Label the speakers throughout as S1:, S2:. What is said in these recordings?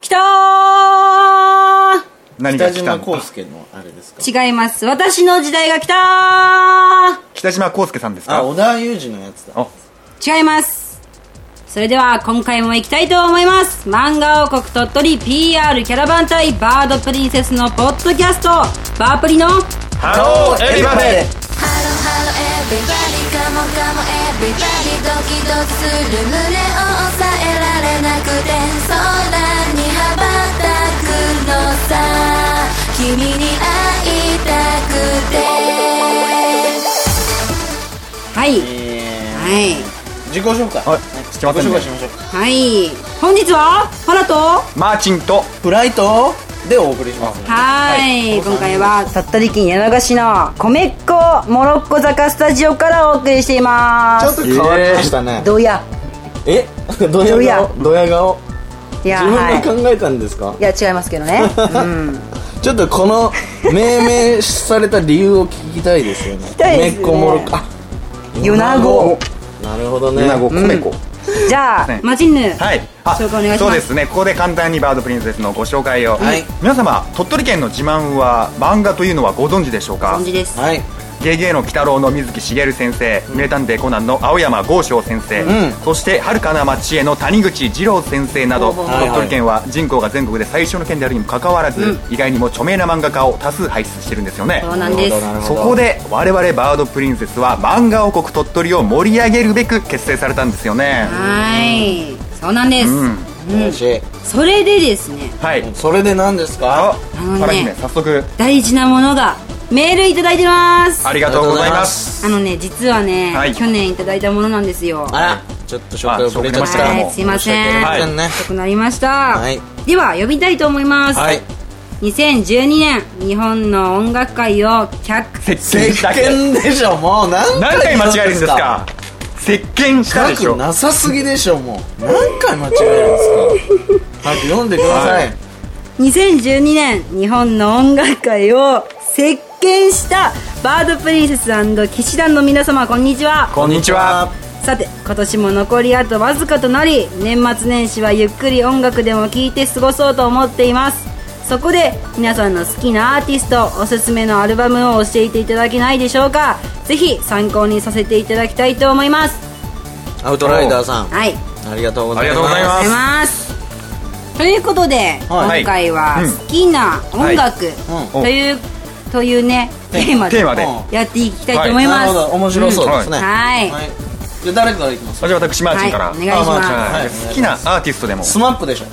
S1: きたー
S2: 何
S3: 北
S2: が来たの
S3: 島康
S2: か
S3: 介のあれですか
S1: 違います。私の時代が来た
S2: 北島康介さんです
S3: あ
S2: か
S3: 小田裕二のやつだ
S2: あ
S1: ー違います。それでは今回も行きたいと思います。漫画王国鳥取 PR キャラバン隊バードプリンセスのポッドキャスト、バープリの
S2: ハローエビバデ
S4: ハローハローエビバディカモカモエビバディドキドキする胸を抑えられなくて空に羽ばたくのさ君に会いたくて
S1: はい。
S3: えー
S1: はい。
S3: 自己紹介
S2: はいし
S3: 自己
S2: てま
S3: 紹
S2: せんね
S3: 介しましょう
S1: はい。本日は、パラと、は
S2: マーチンと
S3: フライトでお送りします
S1: ーい,、
S3: はい
S1: 今回は、鳥取県柳川市の米っ子モロッコ坂スタジオからお送りしていま
S3: ちょっ
S1: す。
S3: と変わりましたね
S1: どうや
S3: え ド
S1: どや
S3: ヤ顔ドヤ顔
S1: いや、
S3: 自
S1: はい。
S3: 分で考えたんですか
S1: いや、違いますけど ね。うん。
S3: ちょっとこの命名された理由を聞きたいですよね聞き
S1: たいですね
S3: もろあ
S1: ユナゴ
S3: なるほどね
S2: ユナゴコメコ
S1: じゃあ
S2: ね、
S1: マチンヌ、
S2: はい、
S1: 紹介お願いします。
S2: そうですねここで簡単にバードプリンセスのご紹介を、
S3: はい
S2: 皆様鳥取県の自慢は漫画というのはご存知でしょうか
S1: 感じです。
S3: はい
S2: ゲゲの鬼太郎の水木しげる先生、名探偵コナンの青山剛昌先生、
S3: ん
S2: そして遥かな町への谷口二郎先生など、
S1: ほうほう
S3: はいはい
S2: 鳥取県は人口が全国で最小の県であるにもかかわらず、意外にも著名な漫画家を多数輩出してるんですよね
S1: そうなんです。
S3: なるほ
S2: そ
S3: ど
S2: こで我々バードプリンセスは漫画王国鳥取を盛り上げるべく結成されたんですよね
S1: はい、そうなんです。
S2: うん
S3: 嬉しい
S1: それでですね、
S2: はい
S3: それで何ですか
S2: あ
S1: あのね
S2: 原姫早速
S1: 大事なものがメールいただいてます。
S2: あ
S1: あ
S2: りがとうございます
S1: のね、実はね、
S2: はい
S1: 去年いただいたものなんですよ。
S3: あらちょっと紹介遅れちゃっ
S2: あ
S3: た
S2: はい
S3: もう
S1: すいません
S3: 申し訳ありませ
S1: 遅くなりました。
S3: はい
S1: では、呼びたいと思います。
S3: はい
S1: 2012年、日本の音楽界を客
S2: 石鹸
S3: 石
S2: したけど
S3: 鹸でしょもう何
S2: 何回
S3: 言
S2: 間
S3: う
S2: 違えるんですか石鹸したでし
S3: 書
S2: ょ
S3: くなさすぎでしょもう何回間違えるんですか早く読んでください
S1: 2012年日本の音楽界を席巻したバードプリンセス騎士団の皆様こんにちは
S2: こんにちは
S1: さて今年も残りあとわずかとなり年末年始はゆっくり音楽でも聴いて過ごそうと思っていますそこで皆さんの好きなアーティストおすすめのアルバムを教えていただけないでしょうかぜひ参考にさせていただきたいと思います
S3: アウトライダーさん
S1: はい
S3: ありがとうござ
S2: あ
S3: い
S2: り
S3: ま
S2: がとう
S3: す
S2: ござい
S1: あ
S2: ま
S1: りがとうござい
S2: す
S1: ますということで、
S3: はい
S1: 今回は
S2: うん
S1: 好きな音楽、
S2: う
S3: はい
S2: ん
S1: という、というねテーマで
S2: テーマで
S3: うん
S1: やっていきたいと思い
S3: な
S1: ま
S3: る
S1: す、
S3: ほど面白そうですね
S1: うんはい
S3: はいじゃあ誰からいきます
S2: じゃあ私マーチンから、
S1: はいお願いします
S3: あマーチンはい
S2: 好きなアーティストでも
S3: スマップでしょ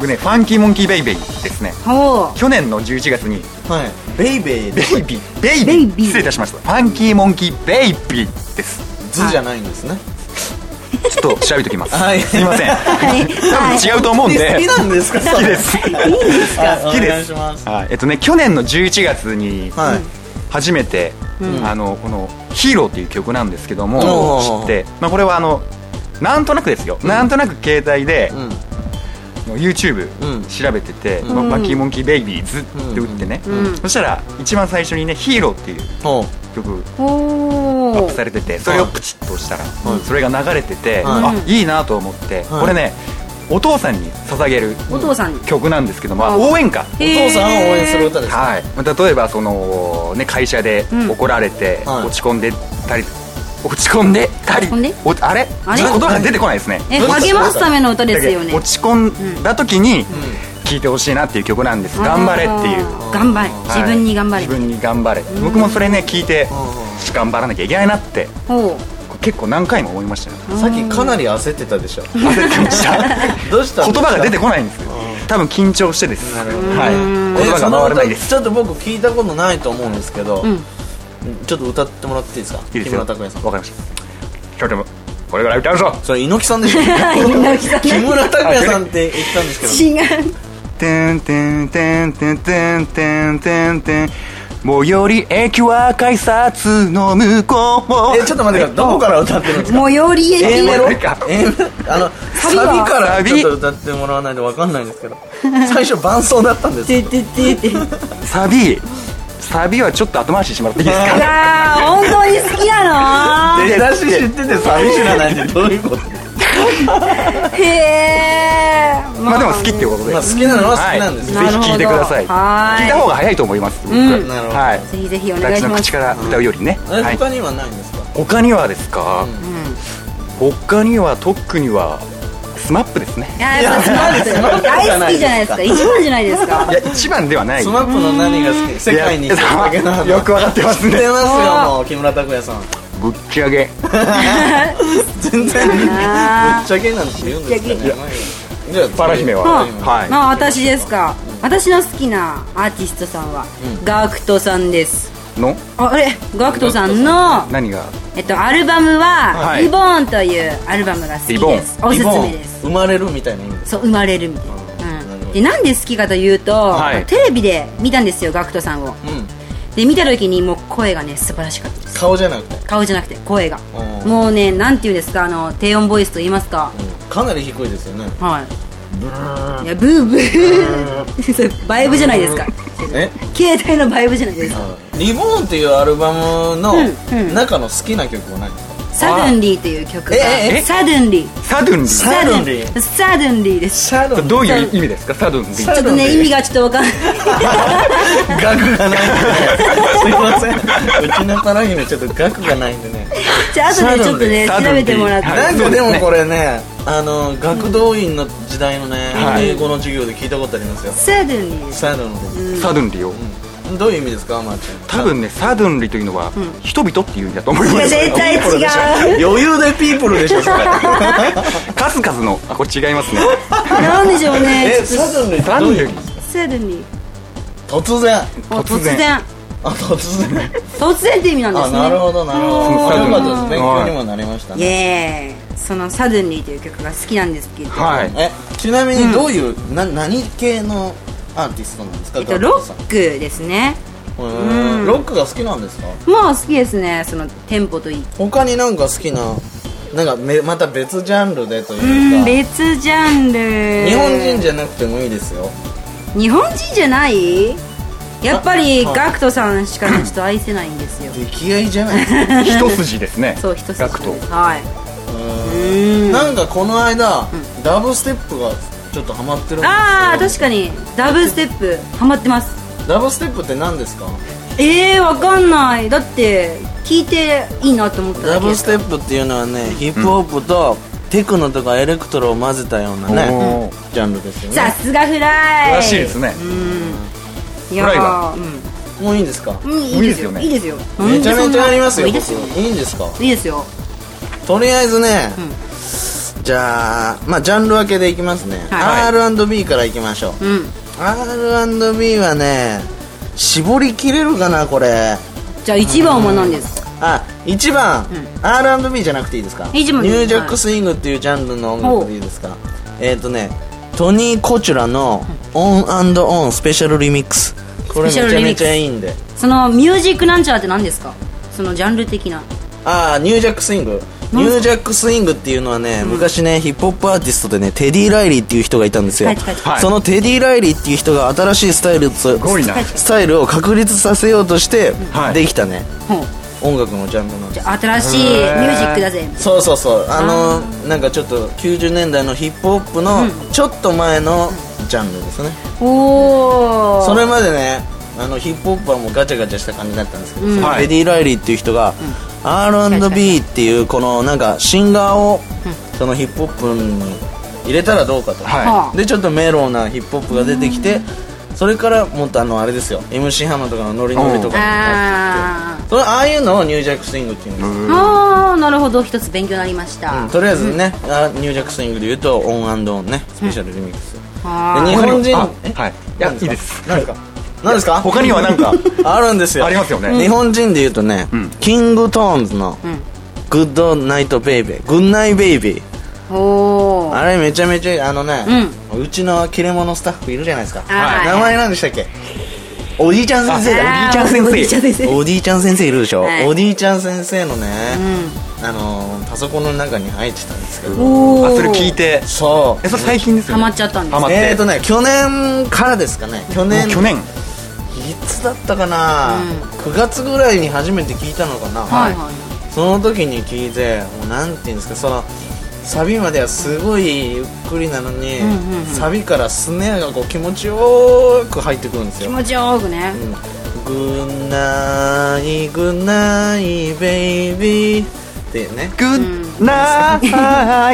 S2: 僕ねファンキーモンキーベイベイですね
S1: ほ
S2: 去年の11月に
S3: はいベイベイ
S2: ベ
S3: で
S2: イビーベイビー
S1: ベイビー
S2: 失礼いたしましたファンキーモンキーベイビーです
S3: 図じゃないんですね
S2: ちょっと調べておきます、
S3: はい
S2: すいません
S1: うはいはい
S2: 多分違うと思うんで
S3: 好きなんですか
S2: 好きです
S1: い
S2: 好
S1: いんですか
S3: 好
S2: き
S3: お
S2: で
S3: 願い
S2: す
S3: します
S2: はいえっとね去年の11月に
S3: はい
S2: 初めて、あのこの「ヒーロー」っていう曲なんですけども
S3: おー
S2: 知って、まあ、これはあのなんとなくですよ、なんとなく携帯で、
S3: うん
S2: もう YouTube
S3: うん
S2: 調べてて「まあバッキーモンキーベイビーズ」って打ってね、
S1: うん
S2: そしたら一番最初にね「ヒーロー」っていう
S3: ほ
S2: 曲
S1: ほ
S2: アッ
S1: う
S2: プされててそれをプチッと押したら
S3: うん
S2: それが流れてて、あ
S3: は
S2: いいなと思って、
S3: はい
S2: これねお父さんに捧げる
S1: お父さんに
S2: 曲なんですけども、
S1: あ
S2: 応援歌
S3: うお父さんを応援する歌です
S2: はい、例えばその、ね、会社で
S1: うん
S2: 怒られて、
S3: はい
S2: 落ち込んでたり落ち込んでたり
S1: 落ち込んで
S2: おあれ
S1: あれ
S2: 言葉が出てこないですね
S1: え励ますための歌ですよね
S2: だけど落ち込んだ時に聴いてほしいなっていう曲なんです「頑張れ」っていう
S1: あ。ー頑張れ
S2: はい
S1: 自分に頑張れ、
S2: 自分に頑張れ僕もそれね聞いて
S3: う
S2: 頑張らなきゃいけないなって
S1: ほ
S2: 結構何回も思いま したね
S3: うさっきかなり焦ってたでしょ
S2: 焦ってました
S3: どうした
S2: 言
S3: んですか
S2: 葉が出てこないんですけど多分緊張してです
S3: なるほど
S2: はい
S3: え
S2: 言葉が回らないです
S3: その歌ちょっと僕聞いたことないと思うんですけど、
S1: ん
S3: ちょっと歌ってもらっていいですか
S2: いいで
S3: 木
S2: すよわか
S3: 村拓哉さん
S2: りました今日でもこれぐらい歌うぞ
S3: それ猪木さん ですよ木村拓哉さんって言ったんですけ
S1: う違う
S2: てんてんてんてんてんてんてんてん最寄り駅は改札の向こ
S3: ど
S2: う
S3: えちょっと待ってくださいどこから歌ってるんですか
S1: 最寄り駅
S3: A メロ
S2: これか
S3: A メロあのサ
S1: ビ
S3: ビ
S1: は
S3: からちょ
S2: サビ
S3: っと歌ってもらわないとわかんないんですけど最初伴奏だったんで す
S1: てててていや
S2: サビサビはちょっと後回ししてもらっていいですか
S1: ー本当に好きなの
S3: 出だし知っててサビ知らないってどういうこと
S1: へえ
S2: まあでも好きっていうことで、
S3: まあ好きなのは好きなんですね
S2: はいぜひ聞いてくださ
S1: なる
S2: い
S1: ほどはい
S2: 聞いた方が早いと思います僕、
S1: うん
S3: なるほど
S2: はい
S1: ぜひぜひお願い
S2: 私
S1: し
S2: の
S1: ます
S2: 口から歌うよりね、
S3: え
S2: はい
S3: 他にはないんですか
S2: 他にはですか、他には特にはスマップですね
S1: いややっぱスマップ大好きじゃないですか一番じゃないですか
S2: いや一番ではない
S3: スマップの何が好き世界に一つだけの
S2: いやよくわかってます
S3: 知っ
S2: ね
S3: て ますよもう木村拓哉さん
S2: ぶっちゃけ
S3: 全然ぶっ
S1: あ
S3: ちゃけなんて言うんですかね
S1: ぶっち
S3: じゃあ次
S2: パラ姫は、
S1: は
S2: はい、
S1: まあ私ですか私の好きなアーティストさんは、ガクトさんです
S2: の
S1: あれガクトさんの、
S2: 何が
S1: えっと、アルバムは「
S2: はい
S1: リボーン」というアルバムが好き
S2: リボーン
S1: ですおすすめです
S3: 生まれるみたいな意味です
S1: そう生まれるみたいな、
S3: うんなる
S1: う
S3: ほ
S1: ん、
S3: ど
S1: でなんで好きかというと、
S2: はい
S1: テレビで見たんですよガクトさんを
S3: うん
S1: で見た時にもう声がね素晴らしかったです
S3: 顔じゃなくて
S1: 顔じゃなくて声が
S3: うん
S1: もうねなんて言うんですかあの低音ボイスと言いますか、
S3: かなり低いですよね
S1: はいいやブーブーそれバイブじゃないですか
S3: え
S1: 携帯のバイブじゃないですか
S3: リボーンっていうアルバムの
S1: うんうん
S3: 中の好きな曲は何ですか
S1: サドゥンリーという曲が
S3: え
S2: え
S1: サドゥンリー
S2: サドゥンリー
S3: サドゥンリー
S1: サドゥンリーです
S3: シャロン
S2: どういう意味ですかサドゥンリー
S1: ちょっとね意味がちょっとわかんない
S3: 額がないんでねすいませんうちのパラ姫ちょっと額がないんでね
S1: じゃあ後でちょっとね
S2: サ
S1: 調
S2: ドゥンリー
S1: べてもらって
S2: はい
S3: なん
S2: そ
S3: か
S2: うで
S3: です
S2: ね
S3: もこれねあの学童院の時代のね
S2: はい
S3: 英語の授業で聞いたことありますよ
S1: サドゥンリーです
S3: サロンで
S2: サドゥンリーを
S3: うんどういう意味ですかアマーちゃん
S2: 多分ねサドゥンリーというのは、人々っていうんだと思い
S1: い
S2: ま
S1: や
S2: す
S1: 絶対違う
S3: 余裕でピープルでしょそれ
S2: 数々のあこれ違いますね
S1: なんでしょうね
S3: えサドンで
S2: サ
S3: ど
S2: ド
S3: う
S2: ゥン
S3: い
S2: リ
S3: う意味
S2: ー
S1: セルに
S3: 突然
S1: あ突
S2: 突
S1: 然
S2: 然
S3: あ突然
S1: 突然って意味なんです
S3: あ
S1: ね
S3: なるほどなるほ
S2: そう
S3: ど
S2: サ
S3: あ
S2: ドン
S3: よかったです勉強
S2: はい
S3: にもなりました
S1: イ
S3: ね
S1: エーイその「サドゥンリー」という曲が好きなんですけど、
S2: はい
S3: えちなみにどういうな何系のアーティストなんですか
S1: えっと、
S3: ガ
S1: ロ
S3: クトさん
S1: ックですね
S3: へーロックが好きなんですか
S1: まあ好きですねそのテンポといい
S3: 他になんか好きななんかめまた別ジャンルでという
S1: う
S3: か
S1: ん別ジャンル
S3: 日本人じゃなくてもいいですよ
S1: 日本人じゃないやっぱり
S3: あはい
S1: ガクトさんしかねちょっと愛せないんですよ
S3: 出来合いじゃないですか
S2: 一筋ですね
S1: そう一つ
S2: ガクト
S1: はいううん
S3: んなんかこの間、ダブステップがちょっとハマってるんです
S1: ああ確
S3: け
S1: かにダブステップハマってます
S3: どダブステップって何ですか
S1: えー、わかんないだって聞いていいなと思った
S3: ダ
S1: だけ
S3: ブステップっていうのはねヒップホップと、テクノとかエレクトロを混ぜたような
S2: お
S3: ね
S2: ー
S3: ジャンルですよ
S1: さ
S3: ね
S1: すがフライ
S2: らしいですね
S1: いや
S2: フライは
S1: ー
S3: もういいんですか
S1: うん、うん、いいですよ
S2: もう
S1: い
S2: い
S1: い
S2: い
S1: ですよ
S3: めちゃめちゃありますよ
S1: いいですよ
S3: 僕いいんですか
S1: いいですよ
S3: とりあえずね、じゃあまあジャンル分けでいきますね、
S1: は
S3: R&B からいきましょう、
S1: うん
S3: R&B はね絞りきれるかなこれ
S1: じゃあ一番は何ですか
S3: あ1番、R&B じゃなくていいですか
S1: 一番
S3: ニュージャックスイングっていうジャンルの音楽でいいですか、えっ、ー、とねトニー・コチュラの「オンオンスペシャルリミックス」これめちゃめちゃいいんで
S1: そのミュージックなんちゃらって何ですかそのジャンル的な
S3: ああニュージャックスイングニュージャックスイングっていうのはね、昔ねヒップホップアーティストでねテディ・ライリーっていう人がいたんですよ、
S1: はいはい
S2: はい
S3: そのテディ・ライリーっていう人が新しいスタイルとス
S2: ごいな
S3: タイルを確立させようとして
S2: はい
S3: できたね、
S1: ほう
S3: 音楽のジャンルなんで
S1: じ
S3: す
S1: ゃあ新しいミュージックだぜ
S3: そうそうそうあのーなんかちょっと90年代のヒップホップのちょっと前のジャンルですね、
S1: おお
S3: それまでねあのヒップホップはもうガチャガチャした感じだったんですけど、
S1: うん
S3: その
S2: はい
S3: レディ・ライリーっていう人が、R&B っていうこのなんかシンガーをそのヒップホップに入れたらどうかと、
S2: は
S3: でちょっとメローなヒップホップが出てきて、それからもっとあのあれですよ MC ハマとかのノリノリとかになって
S1: あ
S3: きてそれああいうのをニュージャックスイングっていうんですよ、
S1: ーあーなるほど一つ勉強になりました、
S3: とりあえずね、あニュージャックスイングで言うとオンオンねスペシャルリミックス、
S1: はー
S3: で日本人
S2: あ
S3: え
S2: はいいや
S3: 何
S2: いいです
S3: 何ですか何ですか
S2: 他にはなんか
S3: あるんですよ
S2: ありますよね
S3: 日本人で言うとね、キングトーンズの、グッドナイトベイビーグッナイベイビー
S1: おお
S3: あれめちゃめちゃあのね、うちの切れ者スタッフいるじゃないですか
S1: はい
S3: 名前なんでしたっけおじいちゃん先生だ
S2: あおじいちゃん先生
S1: おじいちゃん先生
S3: おじいちゃん先生いるでしょ、
S1: はい
S3: おじいちゃん先生のね、あのーパソコンの中に入ってたんですけど
S1: お
S2: あ
S1: ー
S2: それ聞いて
S3: そう
S2: えそれ最近ですよ
S1: ハ
S2: ね
S1: マっちゃったんで
S2: ハ
S1: す
S2: マって
S3: えーとね去年からですかね去年
S2: 去年
S3: いつだったかな、9月ぐらいに初めて聞いたのかな、
S1: はいはい
S3: その時に聞いてもうなんていうんですかそのサビまではすごいゆっくりなのに、
S1: うんうんうん
S3: サビからスネアがこう気持ちよく入ってくるんです
S1: 気
S3: よ
S1: 持ちよくね
S3: 「グッナイグッナイベイビー」ってね
S2: グッ ナー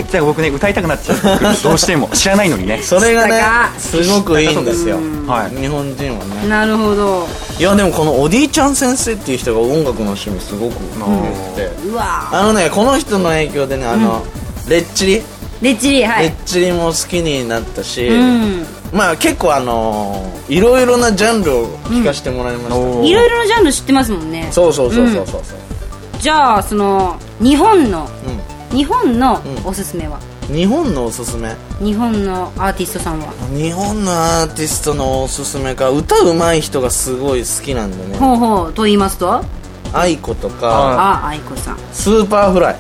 S2: イじゃあ僕ね歌いたくなっちゃう どうしても知らないのにね
S3: それがね
S1: 知
S3: すごくいいんですよ
S1: うん
S2: はい
S3: 日本人はね
S1: なるほど
S3: いやでもこのおじいちゃん先生っていう人が音楽の趣味すごく多くて
S1: うわ
S3: あのねこの人の影響でねあの、レッチリ、
S1: レッチリは
S3: レ
S1: い
S3: ッチリも好きになったし、
S1: うん
S3: まあ結構あのーいろいろなジャンルを聞かせてもらいました、
S2: おー
S1: いろいろなジャンル知ってますもんね
S3: そうそうそうそうそうそう
S1: じゃあその日本の
S3: う
S1: 日本の
S3: うん
S1: おすすめは、
S3: ん日本のおすすめ
S1: 日本のアーティストさんは、
S3: 日本のアーティストのおすすめか歌うまい人がすごい好きなんでね
S1: ほうほうと言いますと
S3: 愛子と
S2: は
S3: か
S1: ああいこさん
S3: スーパーフライ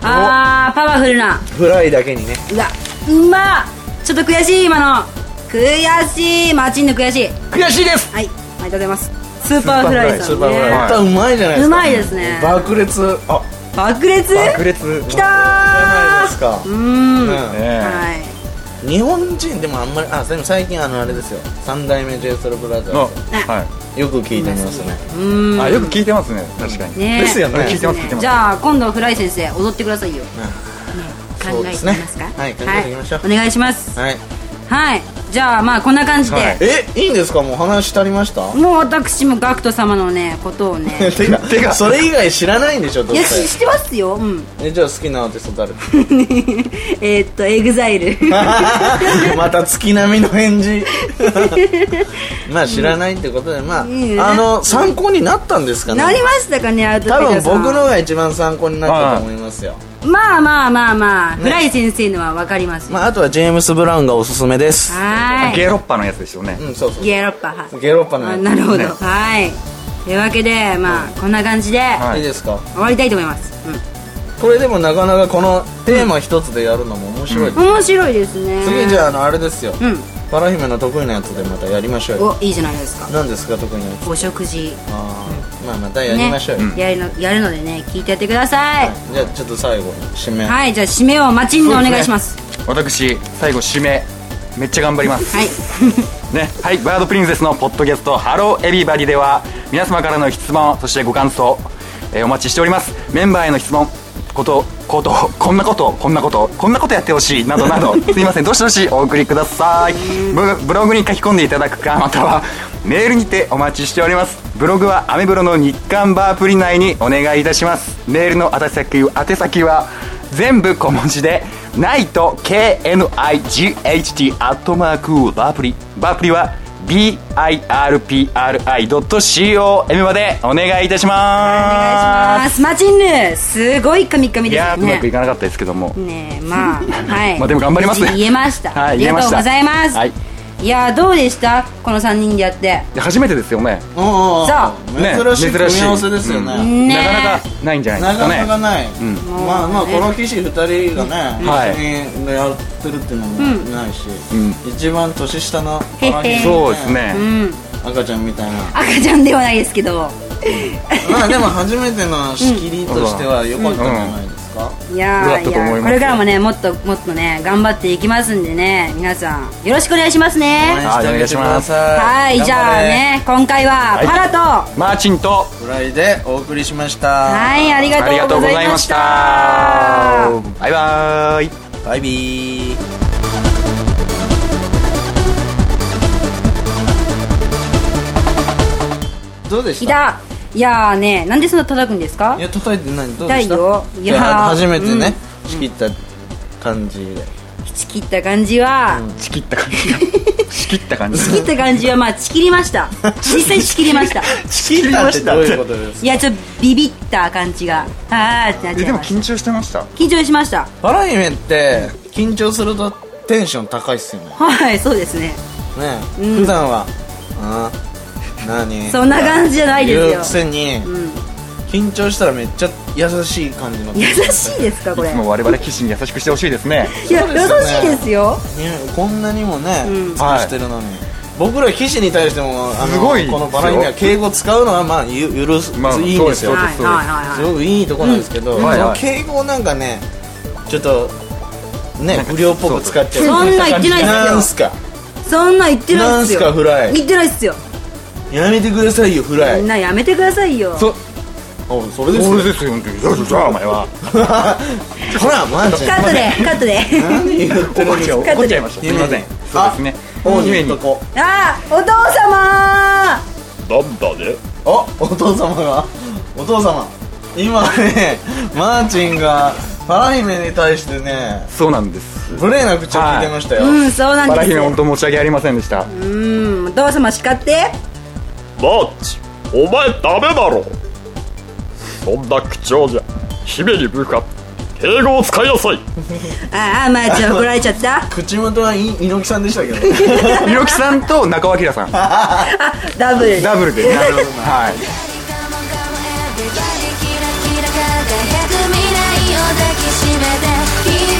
S1: あーパワフルな
S3: フライだけにね
S1: うわうまっちょっと悔しい今の悔しいマチンの悔しい
S3: 悔しいです
S1: はいありがとうございますスーパーフライ
S3: ス
S1: さ
S3: ー
S1: ん
S3: パーフライ、
S1: ね
S3: 歌うまいじゃないですか
S1: うまいですね
S3: 爆裂あ
S1: 爆裂
S2: 爆裂
S1: きた
S3: ないですか
S1: ーうーん、
S3: うん
S2: ね
S1: はい
S3: 日本人でもあんまりあでも最近あのあれですよ三代目 j s o u l b r o t h
S2: の
S3: e
S2: は
S3: r よく聞いてますね
S1: うー
S2: い
S1: ん
S2: あよく聞いてますね確かに
S1: ね
S3: ですよね
S2: 聞いてます聞いてます
S1: じゃあ今度フライ先生踊ってくださいよ、ね
S3: そ
S1: 考
S3: う
S1: え
S3: で
S1: て
S3: す
S1: み
S3: ね
S1: ますか
S3: はい考えてみましょう
S1: はいお願いします
S3: はい
S1: はいじゃあまあこんな感じで、
S2: はい
S3: えいいんですかもう話足りました
S1: もう私もガクト様のねことをね
S3: てか
S2: てか
S3: それ以外知らないんでしょど
S1: いうや
S3: せ
S1: し知ってますようん
S3: えじゃあ好きなアーティスト誰
S1: えーっとエグザイル
S3: また月並みの返事 まあ知らないってことでまあ、
S1: いいね
S3: あの参考になったんですかね
S1: なりましたかねアウト
S3: 多
S1: ペ
S3: 分
S1: ダさん
S3: 僕のが一番参考になったと思いますよ、
S1: まあまあまあまあ、フライ先生のは分かりますよ、
S3: まあ、あとはジェームス・ブラウンがおすすめです
S1: はー
S2: ゲロッパのやつですよね
S3: うんそうそう
S1: いゲロッパは
S3: ゲロッパの
S1: あ
S3: やつ
S1: なるほど、
S2: ね
S1: はいというわけでまあ、こんな感じで
S2: はい
S3: いいですか
S1: 終わりたいと思います、うん
S3: これでもなかなかこのテーマ一つでやるのも面白い、
S1: 面白いですね
S3: 次じゃああのあれですよ、
S1: うん
S3: パラ姫の得意なやつでまたやりましょうよ
S1: おいいじゃないですか
S3: 何ですか得意なやつ
S1: お食事
S3: あーまあまたやりましょうよ、
S1: ねやるのやるのでね聞いてやってくださいは
S3: じゃあちょっと最後に締め、
S1: い、じゃあ締めを待ちんでお願いします
S2: 私最後締めめっちゃ頑張ります
S1: はい
S2: ねはいバードプリンセスのポッドキャストハローエビバディでは皆様からの質問そしてご感想、えーお待ちしておりますメンバーへの質問ことことこんなことこんなことこんなことやってほしいなどなどすいませんどしどしお送りくださいブブログに書き込んでいただくかまたはメールにてお待ちしておりますブログはアメブロの日刊バープリ内にお願いいたしますメールの宛先宛先は全部小文字で night.knight.t アットマークバープリバープリは birpri.com までお願いいたし
S1: お
S2: ま
S1: 願いしますマチンヌすごいカミカミ
S2: すい
S1: で
S2: や
S1: す
S2: ーうまくい
S1: ね
S2: かなかったですけども
S1: ねえまあはい
S2: まあでも頑張ります
S1: 無事言えました、
S2: はい
S1: ありがとうございます、
S2: はい
S1: い、やーどうでしたこの3人でやって
S2: いや初めてですよね
S3: お
S1: そう
S3: う珍しい組み合わせですよね
S2: う
S1: ね
S2: なかなかないんじゃないで
S3: な
S2: すか
S3: か
S2: ね
S3: なかない、まあまあこの騎士2人がね、
S2: はい
S3: 一緒にやってるっていうのもないし、
S2: う
S3: 一番年下の
S1: へへ
S3: パラ姫
S2: そうですね、
S1: うん
S3: 赤ちゃんみたいな
S1: 赤ちゃんではないですけど
S3: まあでも初めての仕切りとしては良かったんじゃないですか、
S1: いやー
S2: よかったと思
S1: いや
S2: います
S1: これからもねもっともっとね頑張っていきますんでね皆さんよろしくお願いします
S3: 応援
S1: ね
S3: してあげてください
S1: はいじゃあね今回は
S2: はい
S1: パラと、
S2: マーチンと
S3: フライでお送りしました
S1: はい、あり
S2: あり
S1: が
S2: が
S1: と
S2: と
S1: うご
S2: うご
S1: ざ
S2: ざ
S1: い
S2: い
S1: ま
S2: ま
S1: し
S2: した
S1: た。
S2: バイバーイ
S3: バイビーどうで
S1: い
S3: した
S1: た。いやーね、なんでそんな叩くんですか
S3: いや叩いてないどうでし
S1: 痛
S3: た
S1: いよいやー
S3: じゃあ初めてね、仕切った感じで
S1: ちきった感じは、
S2: 仕切った 感じ仕切った感じ
S1: ちきった感じはまあ、ちきりました。実際ちきりました。
S3: 仕切ったってどういうことです
S1: いや、ちょっとビビった感じが、あーってなっちゃ
S2: えで
S1: い
S2: も
S1: ました。
S2: 緊張してました
S1: 緊張しました。
S3: かバラ姫って緊張するとテンション高いっすよねね
S1: はい、そうですね。うん
S3: 普段はあー何
S1: そんな感じじゃないですよ
S3: 言うくせに、
S1: うん。
S3: 緊張したらめっちゃ優しい感じの
S1: 優しいですか、こ
S2: い
S1: れ。い
S2: つも我々騎士に優しくしてほしいですね
S1: や、
S3: そ
S1: 優
S3: うですよね
S1: しいですよ。
S3: ねこんなにもね、
S1: うん
S3: 使してるのに、僕ら騎士に対してもあの
S2: すごい
S3: このバラ姫は敬語使うのはまあゆ許す、
S2: まあ
S3: いいんですよ
S2: そう
S1: はい、
S2: で
S1: はい、
S2: す
S1: はい
S3: す
S1: は
S3: ごくいいとこなんですけど、
S2: うんはい
S3: その
S2: はい
S3: 敬語なんかねちょっとね不良っぽく使っちゃう
S1: そんな言ってないっすよ
S3: なんすか
S1: そんなん言ってないっすよ
S3: なんすかフライ
S1: 言ってないっすよ
S3: やめてくださいよフラ
S1: みん
S3: イ
S1: なやめてくださいよ
S2: そ
S3: おそれです
S2: そ
S3: よ
S2: れですよじゃあお前は
S3: ほらマジ
S1: カットでカットで
S3: 何言ってるんですか
S2: 怒っちゃいましたすみませんそうですね
S3: お
S2: 姫
S3: 姫
S2: に
S3: とこ
S1: あーお父様
S2: なんだで
S3: おお父様がお父様今ねマーチンがパラ姫に対してね
S2: そうなんです
S3: 無礼な口を聞いてましたよ、
S1: うんそうなん
S2: パラ
S1: です
S2: 姫
S1: よ
S2: 本当申し訳ありませんでした
S1: うんお父様叱って
S5: マーチお前ダメだろそんな口調じゃ姫に向かって敬語を使いなさい
S1: あーあーまーちゃん怒られちゃった
S3: 口元はい猪木さんでしたけどね
S2: 猪木さんと中尾明さん
S1: ダブルで
S2: ダブルではい
S4: 「カモカモエブリバディ」「キラキラ輝く未来を抱きしめて」「君